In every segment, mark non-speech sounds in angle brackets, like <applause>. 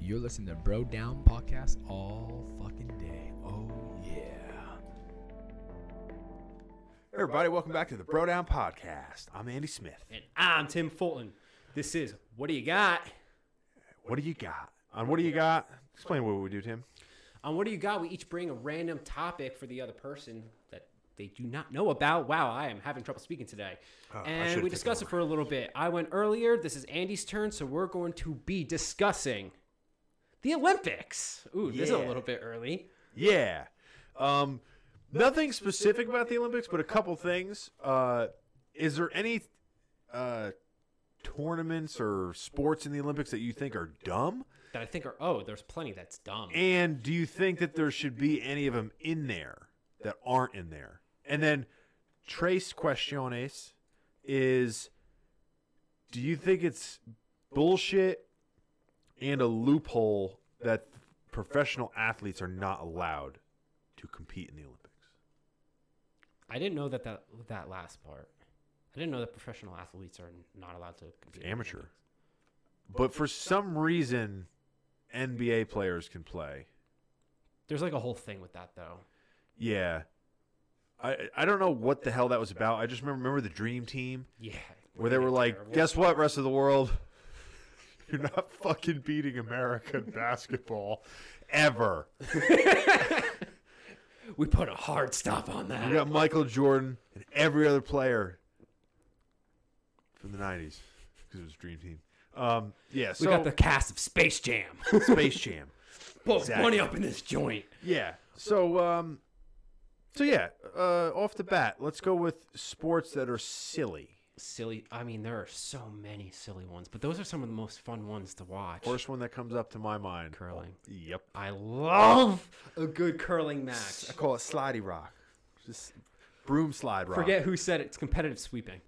You're listening to Bro Down Podcast all fucking day. Oh, yeah. Everybody, welcome back to the Bro Down Podcast. I'm Andy Smith. And I'm Tim Fulton. This is What Do You Got? What do you got? On what do you got? Explain what we do, Tim. On What Do You Got, we each bring a random topic for the other person that they do not know about. Wow, I am having trouble speaking today. Oh, I should've and taken we discuss it for a little bit. I went earlier. This is Andy's turn, so we're going to be discussing the Olympics. Ooh, this is a Yeah. little bit early. Yeah. Um, nothing specific about the Olympics, but a couple things. Uh, is there any uh, tournaments or sports in the Olympics that you think are dumb? That I think are, oh, there's plenty that's dumb. And do you think that there should be any of them in there that aren't in there? And then trace questiones is do you think it's bullshit and a loophole that professional athletes are not allowed to compete in the Olympics? I didn't know that, that that last part. I didn't know that professional athletes are not allowed to compete. in the Amateur. Olympics. But for some reason NBA players can play. There's like a whole thing with that, though. Yeah. I I don't know what the hell that was about. I just remember remember the dream team Yeah. where they were like, Terrible. "Guess what, rest of the world? <laughs> You're <laughs> not fucking beating America in basketball ever." We put a hard stop on that. You got Michael Jordan and every other player from the '90s because it was Dream Team. Um, yeah, We so got the cast of Space Jam. <laughs> <laughs> Space Jam. Both Exactly. money up in this joint. Yeah. So, um, so yeah, uh, off the bat, let's go with sports that are silly. Silly. I mean, there are so many silly ones, but those are some of the most fun ones to watch. First one that comes up to my mind: Curling. Yep. I love a good curling match. I call it slidey rock. Just broom slide rock. Forget who said it. It's competitive sweeping.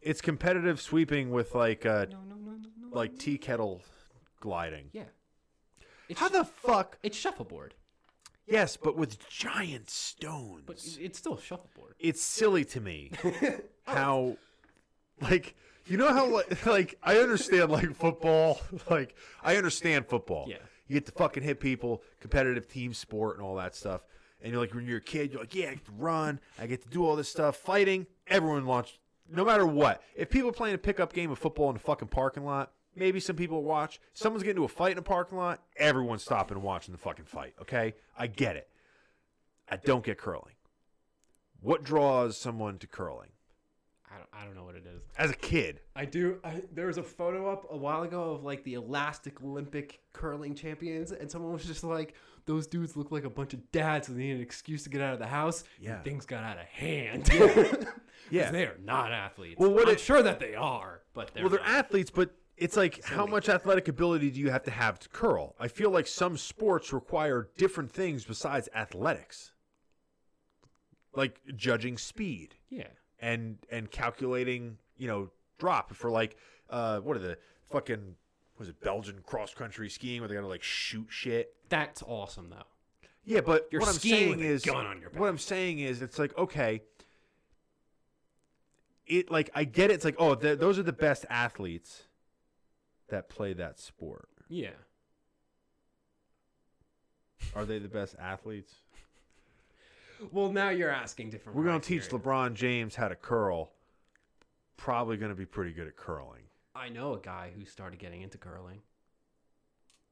It's competitive sweeping with like uh like tea kettle gliding. Yeah. It's, How the fuck? it's shuffleboard, Yes, but with giant stones. but it- it's still shuffleboard. it's silly to me how like you know how like, <laughs> like I understand like football, <laughs> like I understand football. Yeah. You get to fucking hit people, competitive team sport and all that stuff. And you're like when you're a kid, you're like, yeah, I get to run, I get to do all this stuff, fighting, everyone launched no matter what. If people are playing a pickup game of football in a fucking parking lot, maybe some people watch. Someone's getting into a fight in a parking lot, everyone's stopping and watching the fucking fight, okay? I get it. I don't get curling. What draws someone to curling? I don't, I don't know what it is. As a kid, I do. I, there was a photo up a while ago of like the elastic Olympic curling champions, and someone was just like, "Those dudes look like a bunch of dads, and they need an excuse to get out of the house." and Yeah. things got out of <laughs> hand. Yeah, Yeah. they are not athletes. Well, Well, what I'm it- sure that they are, but they're well, they're not. athletes, but it's like how much athletic ability do you have to have to curl? I feel like some sports require different things besides athletics, like judging speed yeah. and and calculating, you know, drop for like uh, what are the fucking was it Belgian cross country skiing where they gotta like shoot shit That's awesome though. Yeah, but You're what I'm skiing saying with a is, gun on your what back. I'm saying is, it's like okay, it like I get it. It's like oh, th- those are the best athletes that play that sport. Yeah. Are they the best athletes? Well, now you're asking different. We're gonna teach criteria. LeBron James how to curl. Probably gonna be pretty good at curling. I know a guy who started getting into curling.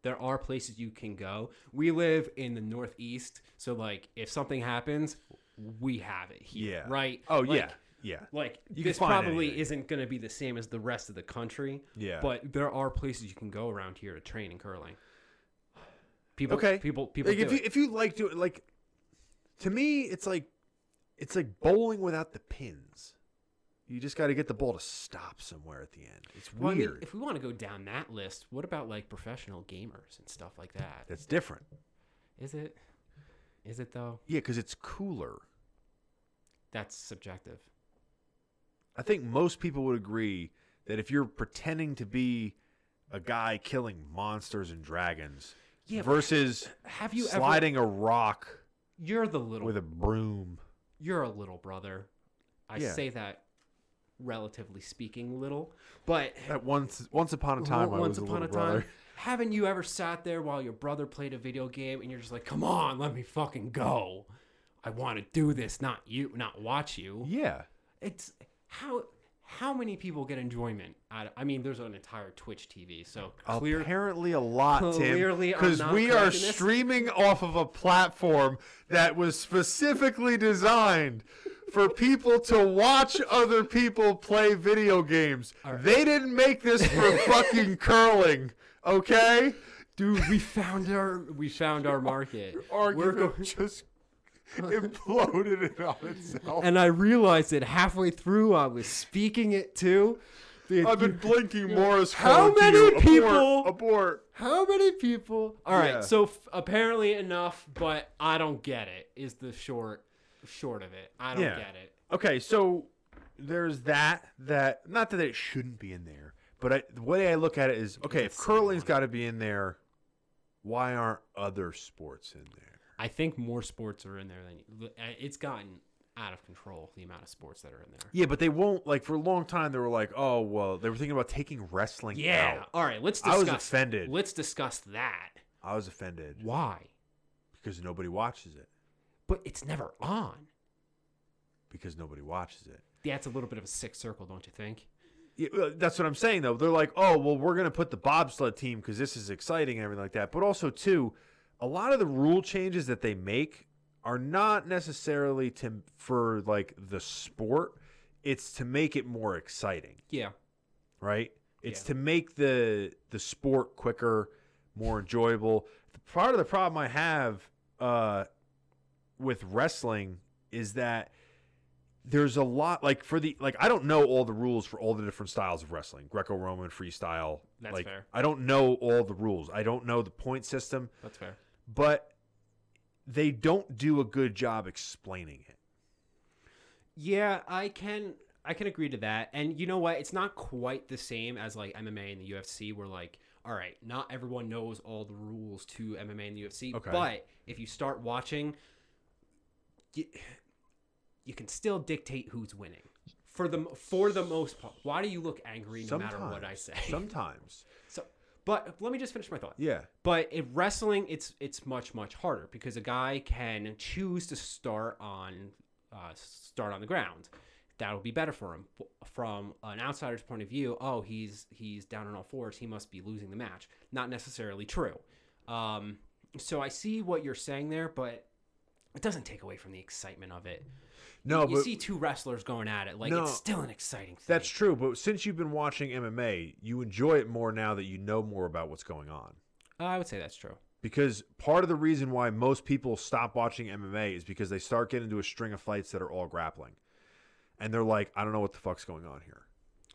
There are places you can go. We live in the Northeast, so like if something happens, we have it here, Yeah. right? Oh Like- yeah, yeah. Like You can this find probably anything. isn't going to be the same as the rest of the country. Yeah. But there are places you can go around here to train in curling. People, okay. people, people. Like do if you it. if you like doing like, to me it's like, it's like bowling without the pins. You just got to get the ball to stop somewhere at the end. It's Well, I mean, weird. if we want to go down that list, what about like professional gamers and stuff like that? That's different. Is it? Is it though? Yeah, because it's cooler. That's subjective. I think most people would agree that if you're pretending to be a guy killing monsters and dragons Yeah, but versus Have you ever? sliding a rock You're the little. with a broom. you're a little brother. I Yeah. say that relatively speaking, little, but At once, once upon a time, I was once a upon little a time, brother. haven't you ever sat there while your brother played a video game and you're just like, come on, let me fucking go. I want to do this, not you, not watch you. Yeah. It's how how many people get enjoyment out of, I mean, there's an entire Twitch TV, so <laughs> clear. Apparently a lot, Tim, Clearly I'm because not we are cracking this. streaming off of a platform that was specifically designed for people to watch other people play video games. They didn't make this <laughs> for fucking curling, okay? Dude, we found our we found our <laughs> market. Argument <laughs> just imploded it on itself. and I realized that halfway through I was speaking it too. The- I've been blinking Morris. How code to you. many people- Abort, abort. How many people? All right, Yeah. so f- apparently enough, but I don't get it. Is the short short of it? I don't Yeah. get it. Okay, so there's that that not that it shouldn't be in there, but I, the way I look at it is okay. If curling's got to be in there, why aren't other sports in there? I think more sports are in there than you, uh, it's gotten out of control. The amount of sports that are in there. Yeah, but they won't. Like for a long time, they were like, oh well, they were thinking about taking wrestling Yeah. out. All right, let's I discuss. was offended. Let's discuss that. I was offended Why? because nobody watches it. But it's never on. Because nobody watches it. That's a little bit of a sick circle, don't you think? Yeah, well, that's what I'm saying though. They're like, oh well, we're gonna put the bobsled team because this is exciting and everything like that. But also too, a lot of the rule changes that they make are not necessarily to for like the sport. It's to make it more exciting, Yeah. right? It's Yeah. to make the the sport quicker, more enjoyable. The part of the problem I have uh, with wrestling is that there's a lot like for the like I don't know all the rules for all the different styles of wrestling, Greco-Roman, freestyle. That's like, fair. I don't know all the rules. I don't know the point system, That's fair. but they don't do a good job explaining it. Yeah, I can I can agree to that. And you know what? It's not quite the same as like MMA and the UFC where like all right, not everyone knows all the rules to MMA and the UFC, Okay. but if you start watching you, you can still dictate who's winning. For the for the most part. Why do you look angry no matter what I say? <laughs> Sometimes. so but let me just finish my thought. Yeah. But in wrestling, it's it's much much harder because a guy can choose to start on uh, start on the ground. That'll be better for him. From an outsider's point of view, oh, he's he's down on all fours. He must be losing the match. Not necessarily true. Um, so I see what you're saying there, but it doesn't take away from the excitement of it. No, you but see two wrestlers going at it like No. it's still an exciting thing. That's true, but since you've been watching MMA, you enjoy it more now that you know more about what's going on. I would say that's true. Because part of the reason why most people stop watching MMA is because they start getting into a string of fights that are all grappling. And they're like, I don't know what the fuck's going on here.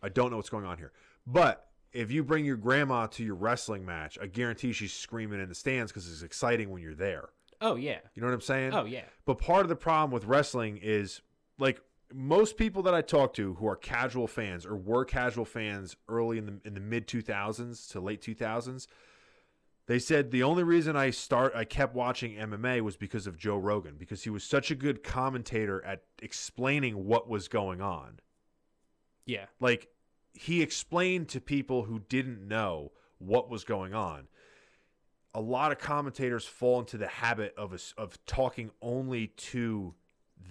I don't know what's going on here. But if you bring your grandma to your wrestling match, I guarantee she's screaming in the stands because it's exciting when you're there. Oh yeah. You know what I'm saying? Oh yeah. But part of the problem with wrestling is like most people that I talk to who are casual fans or were casual fans early in the in the mid 2000s to late 2000s, they said the only reason I start I kept watching MMA was because of Joe Rogan because he was such a good commentator at explaining what was going on. Yeah. Like he explained to people who didn't know what was going on. A lot of commentators fall into the habit of us of talking only to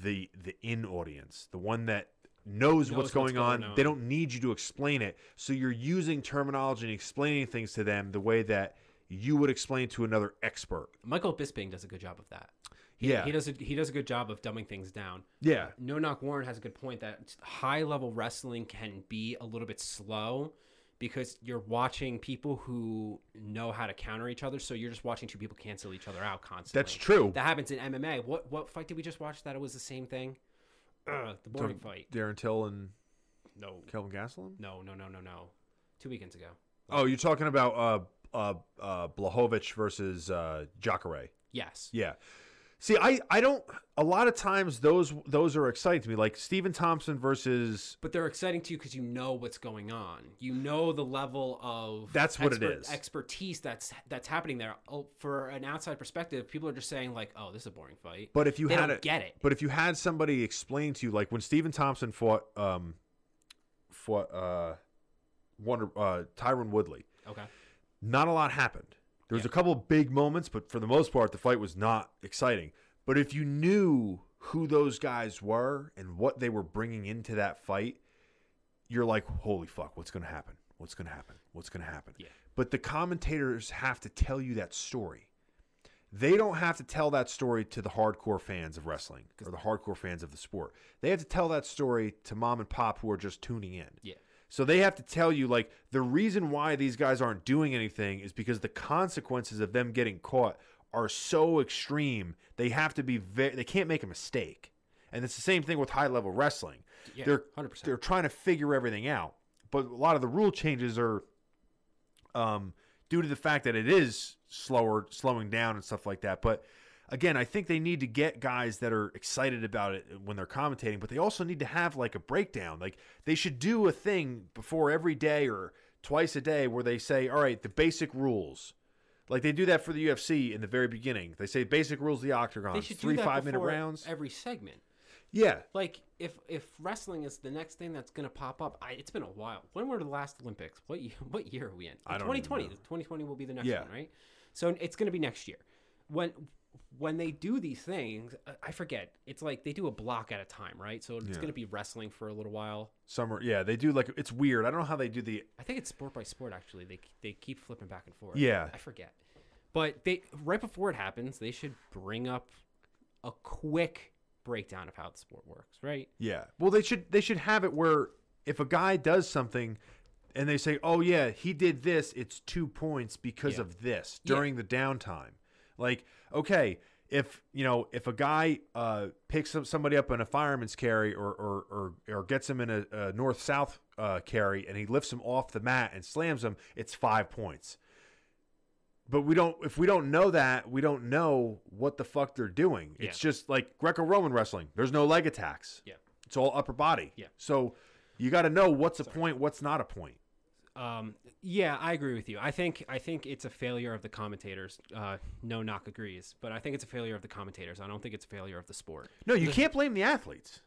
the the in audience, the one that knows, Knows what's what's going, on. going They on. don't need you to explain it, so you're using terminology and explaining things to them the way that you would explain to another expert. Michael Bisping does a good job of that. He, Yeah. he does a, he does a good job of dumbing things down. Yeah, No knock Warren has a good point that high level wrestling can be a little bit slow because you're watching people who know how to counter each other, so you're just watching two people cancel each other out constantly. that's true. That happens in MMA. What what fight did we just watch that it was the same thing? Ugh, the boring fight. Darren Till and No. Kelvin Gastelum. No, no, no, no, no. Two weekends ago. Oh, you're talking about uh uh uh Blahovich versus uh Jacare. Yes. Yeah. See, I I don't a lot of times those those are exciting to me like Stephen Thompson versus But they're exciting to you because you know what's going on. You know the level of That's what it is. expertise that's that's happening there. Oh, for an outside perspective, people are just saying like, "Oh, this is a boring fight." but if you They had don't a- get it. But if you had somebody explain to you like when Stephen Thompson fought um fought uh Wonder uh Tyron Woodley Okay. not a lot happened. There was a couple of big moments, but for the most part, the fight was not exciting. But if you knew who those guys were and what they were bringing into that fight, you're like, holy fuck, what's going to happen? What's going to happen? What's going to happen? Yeah. But the commentators have to tell you that story. They don't have to tell that story to the hardcore fans of wrestling or the hardcore fans of the sport. They have to tell that story to mom and pop who are just tuning in. Yeah. So they have to tell you like the reason why these guys aren't doing anything is because the consequences of them getting caught are so extreme. They have to be very they can't make a mistake. And it's the same thing with high level wrestling. Yeah, they're 100%. they're trying to figure everything out. But a lot of the rule changes are um due to the fact that it is slower slowing down and stuff like that. But again, I think they need to get guys that are excited about it when they're commentating, but they also need to have like a breakdown. Like they should do a thing before every day or twice a day where they say, "All right, the basic rules." Like they do that for the UFC in the very beginning. They say basic rules of the octagon, They should do three that five minute before rounds. every segment. yeah, Like if if wrestling is the next thing that's gonna pop up, I, it's been a while. When were the last Olympics? What year, <laughs> what year are we in? I don't even 2020. know. 2020 will be the next Yeah. one, right? So it's gonna be next year. When when they do these things, I- I forget. It's like they do a block at a time, right? So it's Yeah. gonna be wrestling for a little while. summer. Yeah, they do like it's weird. I don't know how they do the I think it's sport by sport. Actually, they they keep flipping back and forth. Yeah. I forget. But they right before it happens, they should bring up a quick breakdown of how the sport works, right? Yeah. Well, they should they should have it where if a guy does something and they say, "Oh yeah, he did this, it's 2 points because Yeah. of this" Yeah. during the downtime. Like, okay, if, you know, if a guy uh picks up somebody up in a fireman's carry or or or, or gets him in a, a north-south uh, carry and he lifts him off the mat and slams him, it's 5 points. But we don't. If we don't know that, we don't know what the fuck they're doing. It's just like Greco-Roman wrestling. There's no leg attacks. Yeah. It's all upper body. Yeah. So you got to know what's a point, what's not a point. Um, yeah, I agree with you. I think I think it's a failure of the commentators. Uh, no, knock agrees, but I think it's a failure of the commentators. I don't think it's a failure of the sport. No, you can't blame the athletes.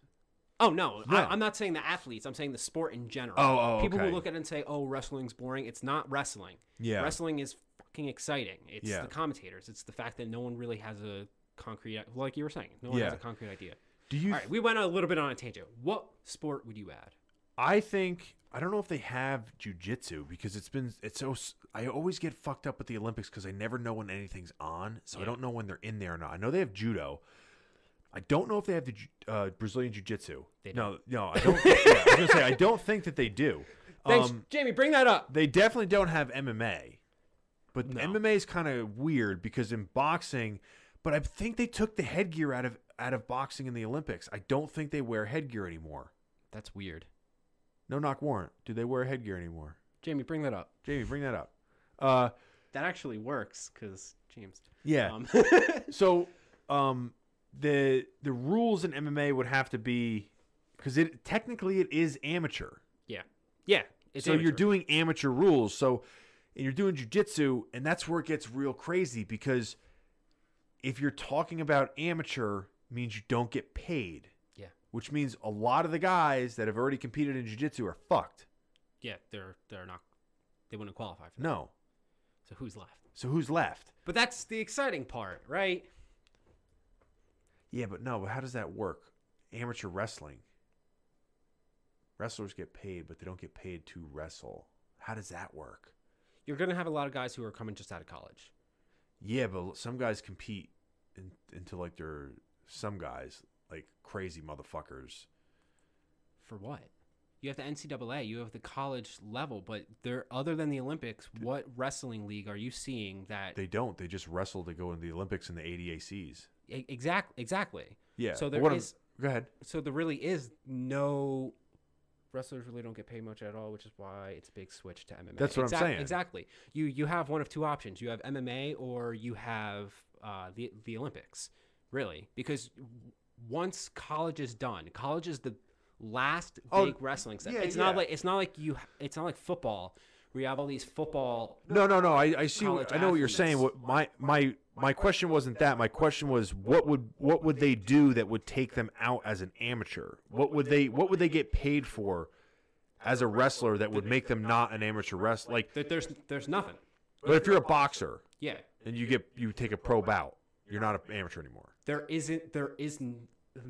Oh no, No. I, I'm not saying the athletes. I'm saying the sport in general. Oh, oh, people okay. who look at it and say, "Oh, wrestling's boring." It's not wrestling. Yeah. wrestling is fucking exciting. It's Yeah. the commentators. It's the fact that no one really has a concrete, like you were saying, no one has Yeah. a concrete idea. Do you? All right, we went a little bit on a tangent. What sport would you add? I think I don't know if they have jujitsu because it's been it's so. s- I always get fucked up with the Olympics because I never know when anything's on, so I Yeah. don't know when they're in there or not. I know they have judo. I don't know if they have the ju- uh, Brazilian jiu-jitsu. They No, no, I don't. yeah, I was gonna say I don't think that they do. <laughs> Um, Thanks, Jamie. Bring that up. They definitely don't have MMA. But No. MMA is kind of weird because in boxing, but I think they took the headgear out of out of boxing in the Olympics. I don't think they wear headgear anymore. That's weird. No knock warrant. Do they wear headgear anymore? Jamie, bring that up. Jamie, bring that up. Uh, That actually works because James. yeah. <laughs> Um, so um the the rules in MMA would have to be because it technically it is amateur. yeah, yeah. It's so you're amateur. doing amateur rules. So and you're doing jujitsu, and that's where it gets real crazy because if you're talking about amateur means you don't get paid. Yeah. Which means a lot of the guys that have already competed in jujitsu are fucked. yeah. They're they're not. They wouldn't qualify for that. No. So who's left? So who's left? But that's the exciting part, right? Yeah, but no, but how does that work? Amateur wrestling. Wrestlers get paid, but they don't get paid to wrestle. How does that work? You're gonna have a lot of guys who are coming just out of college. Yeah, but some guys compete in, into like they're some guys like crazy motherfuckers. For what? You have the NCAA, you have the college level, but there, other than the Olympics, what wrestling league are you seeing that They don't. They just wrestle to go into the Olympics and the ADACs. e- exact exactly? Yeah. So but there what I'm- is- Go ahead. So there really is no wrestlers really don't get paid much at all, which is why it's a big switch to MMA. That's what I'm Exac- saying. Exactly. You you have one of two options. You have MMA or you have uh, the the Olympics, really, because once college is done, college is the last Oh, big wrestling set. yeah, it's yeah. not like it's not like you. It's not like football. where you have all these football. No, no, no. I, I see. College I know what you're saying. What athletes. my my my question wasn't that. My question was what would what would they do that would take them out as an amateur? What would they what would they get paid for as a wrestler that would make them not an amateur wrestler? Like There, there's there's nothing. But if you're a boxer Yeah, and you get you take a pro bout, you're not an amateur anymore. there isn't. There isn't.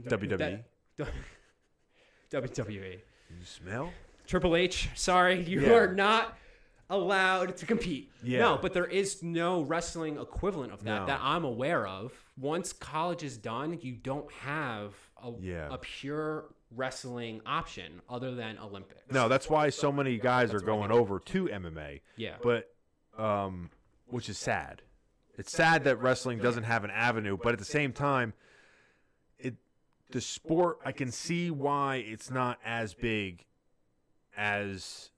WWE? <laughs> that- WWE. You smell? Triple H, sorry, you Yeah. are not allowed to compete. Yeah. No, but there is no wrestling equivalent of that No. that I'm aware of. Once college is done, you don't have a, Yeah. a pure wrestling option other than Olympics. No, that's why so many guys are going over to MMA. Yeah. But um which is sad. It's sad that wrestling doesn't have an avenue, but at the same time it the sport I can see why it's not as big as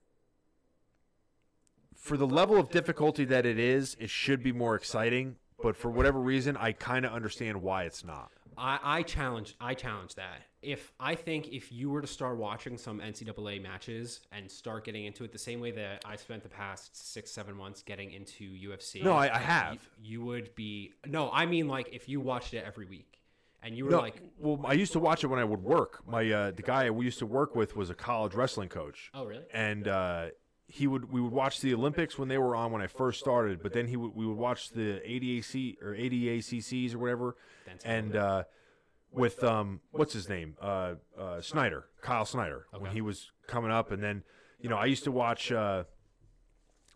for the level of difficulty that it is, it should be more exciting, but for whatever reason I kind of understand why it's not. I, I challenge I challenge that. If I think if you were to start watching some NCAA matches and start getting into it the same way that I spent the past six seven months getting into UFC, No, I- I have. You, you would be no. I mean, like if you watched it every week and you were No, like, well, I used to watch it when I would work. My uh, the guy we used to work with was a college wrestling coach, oh really? and uh, he would we would watch the Olympics when they were on when I first started. But then he would we would watch the ADAC or ADACCs or whatever, That's and uh, with um what's his name uh, uh, Snyder Kyle Snyder when he was coming up, and then you know I used to watch. Uh,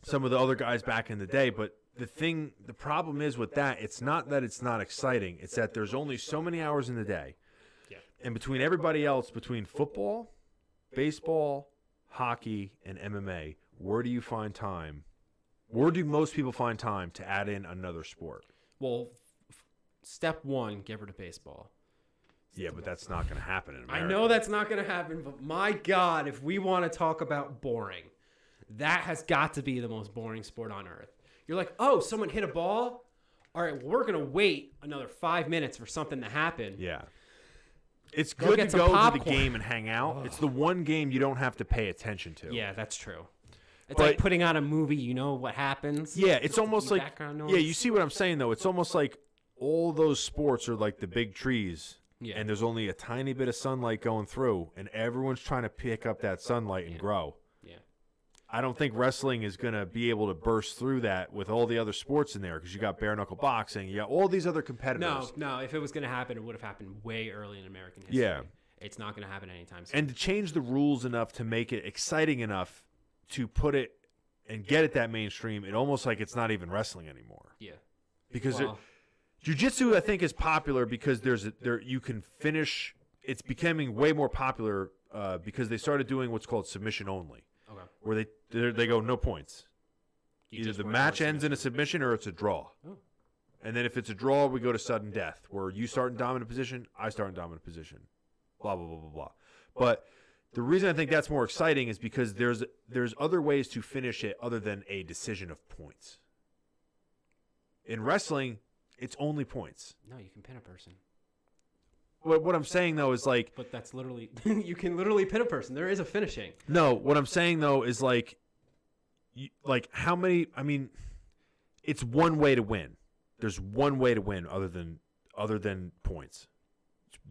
some of the other guys back in the day. But the thing, the problem is with that, it's not that it's not exciting. It's that there's only so many hours in the day. Yeah. And between everybody else, between football, baseball, hockey, and MMA, where do you find time? Where do most people find time to add in another sport? Well, f- step one, give her to baseball. Yeah, but that's not going to happen in America. I know that's not going to happen, but my God, if we want to talk about boring, that has got to be the most boring sport on earth. You're like, oh, someone hit a ball? All right, we're going to wait another five minutes for something to happen. Yeah. It's Go good get to some go to the popcorn. game and hang out. It's the one game you don't have to pay attention to. Yeah, that's true. It's But- like putting on a movie, you know what happens. Yeah, it's almost the like background yeah. noise. You see what I'm saying though? It's almost like all those sports are like the big trees, Yeah. and there's only a tiny bit of sunlight going through, and everyone's trying to pick up that sunlight and grow. Yeah. I don't think wrestling is going to be able to burst through that with all the other sports in there because you got bare knuckle boxing, you got all these other competitors. No, no, if it was going to happen, it would have happened way early in American history. Yeah. It's not going to happen anytime soon. and to change the rules enough to make it exciting enough to put it and get it that mainstream, it almost like it's not even wrestling anymore yeah. because it, Well, Jiu-jitsu I think is popular because there's a, there you can finish it's becoming way more popular uh, because they started doing what's called submission only okay. where they they're- they go no points. You Either just the work match towards ends in a submission or it's a draw. Oh. And then if it's a draw, we go to sudden death where you start in dominant position, I start in dominant position. Blah blah blah blah blah. But the reason I think that's more exciting is because there's there's other ways to finish it other than a decision of points. In wrestling, it's only points. No, you can pin a person. What, what I'm saying though is like But that's literally <laughs> you can literally pin a person. There is a finishing. no. What I'm saying though is like, you, like how many? I mean, it's one way to win. There's one way to win other than other than points.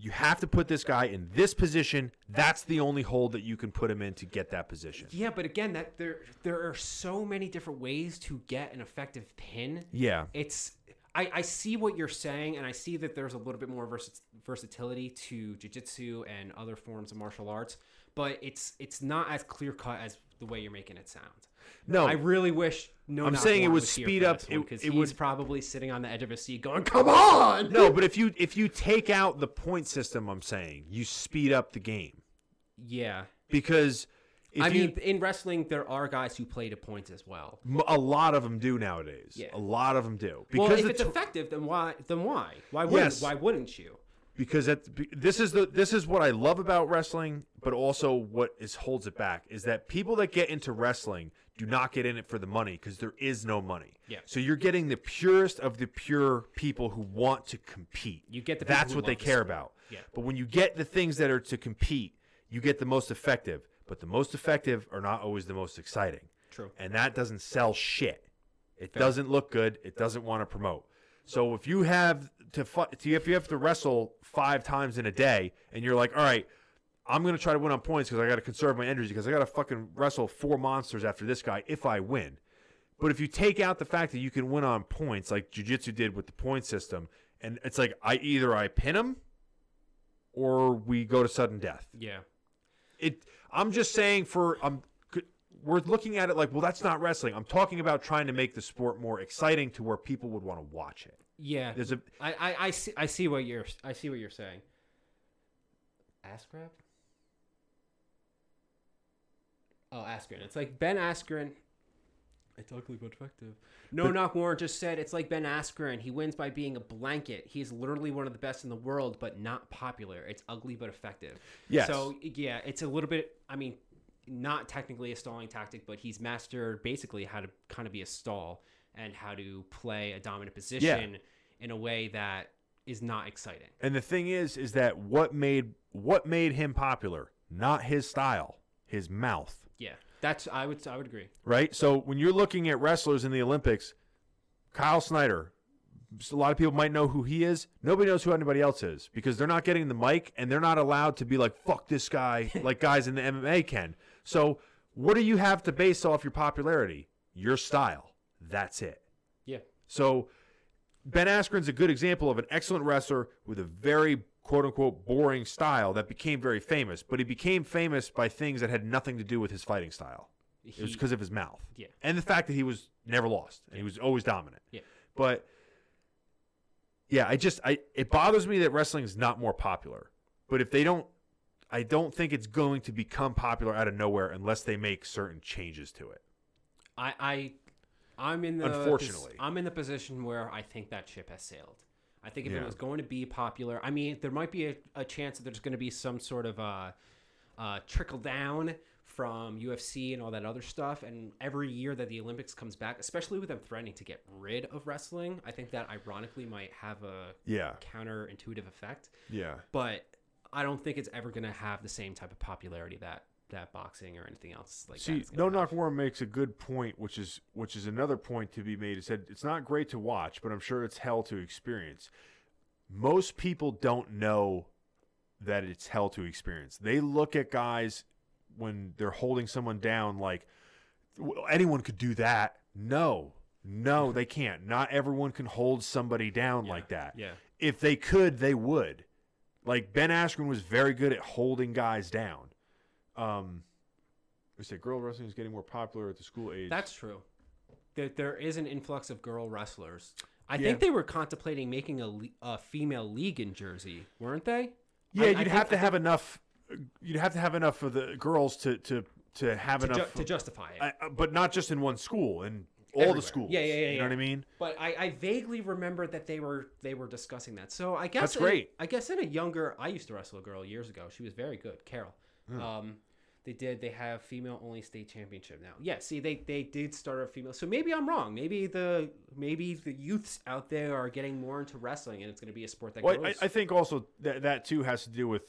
You have to put this guy in this position. That's the only hold that you can put him in to get that position. Yeah, but again, that there there are so many different ways to get an effective pin. Yeah. It's I, I see what you're saying, and I see that there's a little bit more versi- versatility to jujitsu and other forms of martial arts, but it's it's not as clear cut as the way you're making it sound. No. I really wish no. I'm Knock saying it Warren would was here speed for up- this one, it- 'cause it he's would- probably sitting on the edge of his seat, going, "Come on!" no, but if you if you take out the point system, I'm saying you speed up the game Yeah, because if I you, mean, in wrestling, there are guys who play to points as well. M- A lot of them do nowadays. Yeah. A lot of them do well, because if the it's tw- effective, then why? Then why? Why wouldn't? Yes. Why wouldn't you? because at, be- this is the this is what I love about wrestling, but also what is holds it back is that people that get into wrestling do not get in it for the money because there is no money. Yeah. So you're getting the purest of the pure people who want to compete. You get the people that's who what they love the care sport. about. Yeah. But when you get the things that are to compete, you get the most effective. But the most effective are not always the most exciting. True. and that doesn't sell shit. It doesn't look good. It doesn't want to promote. So if you have to fight, if you have to wrestle five times in a day, and you're like, all right, I'm gonna try to win on points because I got to conserve my energy because I got to fucking wrestle four monsters after this guy if I win. But if you take out the fact that you can win on points, like Jiu-Jitsu did with the point system, and it's like I either I pin him, or we go to sudden death. Yeah. It. I'm just saying for I'm. We're looking at it like, well, that's not wrestling. I'm talking about trying to make the sport more exciting to where people would want to watch it. Yeah. There's a I, I, I see I see what you're I see what you're saying. Ass grab? Oh, Askren. It's like Ben Askren. It's ugly but effective. No knock Warren just said it's like Ben Askren. He wins by being a blanket. He's literally one of the best in the world, but not popular. It's ugly but effective. Yes. So yeah, it's a little bit. I mean, not technically a stalling tactic, but he's mastered basically how to kind of be a stall and how to play a dominant position in a way that is not exciting. And the thing is, is that what made what made him popular? Not his style, his mouth. Yeah, that's I would I would agree. Right. So when you're looking at wrestlers in the Olympics, Kyle Snyder, a lot of people might know who he is. Nobody knows who anybody else is because they're not getting the mic and they're not allowed to be like "fuck this guy" like guys in the MMA can. So what do you have to base off your popularity? Your style. That's it. Yeah, So Ben Askren's a good example of an excellent wrestler with a very quote unquote boring style that became very famous, but he became famous by things that had nothing to do with his fighting style. It was He- because of his mouth. Yeah. And the fact that he was never lost. And he was always dominant. Yeah. But yeah, I just I it bothers me that wrestling's not more popular. But if they don't I don't think it's going to become popular out of nowhere unless they make certain changes to it. I I I'm in the Unfortunately. I'm in the position where I think that ship has sailed. I think if Yeah. it was going to be popular, I mean, there might be a, a chance that there's going to be some sort of uh, uh, trickle down from UFC and all that other stuff. And every year that the Olympics comes back, especially with them threatening to get rid of wrestling, I think that ironically might have a Yeah. counterintuitive effect. Yeah. But I don't think it's ever going to have the same type of popularity that that boxing or anything else like that. See, is gonna No have. Knock Warren makes a good point, which is which is another point to be made. Is that it's not great to watch, but I'm sure it's hell to experience. Most people don't know that it's hell to experience. They look at guys when they're holding someone down like "Well, anyone could do that. No, no, they can't. Not everyone can hold somebody down Yeah, like that. Yeah. If they could, they would. Like Ben Askren was very good at holding guys down. Um, we said girl wrestling is getting more popular at the school age. That's true. There, there is an influx of girl wrestlers. I Yeah. think they were contemplating making a, le- a female league in Jersey, weren't they? yeah, I- I you'd think- have to have enough. You'd have to have enough for the girls to to to have to, ju- enough, to justify it. I- I- but not just in one school and all Everywhere. the schools. Yeah, yeah, yeah, You know yeah. what I mean? but I, I vaguely remember that they were they were discussing that. So I guess That's in- great. I guess in a younger, I used to wrestle a girl years ago. She was very good, Carol. Hmm. Um, they did. They have female only state championship now. Yeah. See, they they did start a female. So maybe I'm wrong. Maybe the maybe the youths out there are getting more into wrestling, and it's going to be a sport that Well, I, grows. I think also that that too has to do with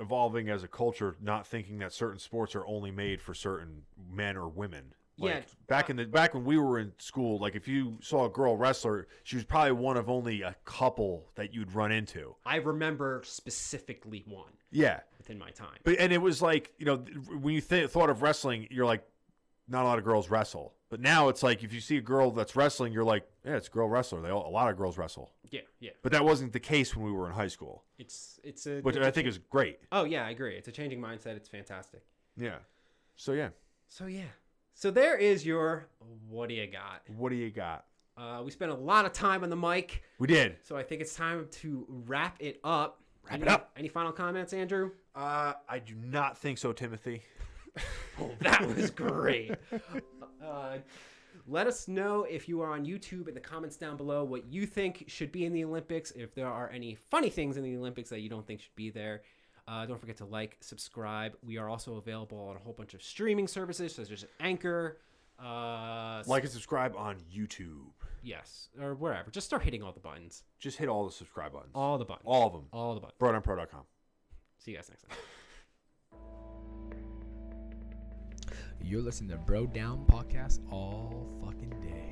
evolving as a culture, not thinking that certain sports are only made for certain men or women. Like Yeah. back in the back when we were in school, like if you saw a girl wrestler, she was probably one of only a couple that you'd run into. I remember specifically one Yeah, within my time. but and it was like you know th- when you th- thought of wrestling, you're like, not a lot of girls wrestle. But now it's like if you see a girl that's wrestling, you're like, yeah, it's a girl wrestler. They all, a lot of girls wrestle. Yeah, yeah. But that wasn't the case when we were in high school, It's it's a. which it's a I think is great. cha- oh yeah, I agree. It's a changing mindset. It's fantastic. Yeah. So yeah, So yeah. So there is your what do you got? what do you got? Uh, we spent a lot of time on the mic, We did. so I think it's time to wrap it up. Wrap any, it up. Any final comments, Andrew? Uh, I do not think so, Timothy. <laughs> That was great. uh, let us know if you are on YouTube in the comments down below what you think should be in the Olympics, if there are any funny things in the Olympics that you don't think should be there. Uh, don't forget to like, subscribe. We are also available on a whole bunch of streaming services, such as Anchor. Uh, Like and subscribe on YouTube. yes, or wherever. Just start hitting all the buttons. Just hit all the subscribe buttons. All the buttons. all of them. all the buttons. BroadonPro.com. See you guys next time. You're listening to Bro Down Podcast all fucking day. Oh,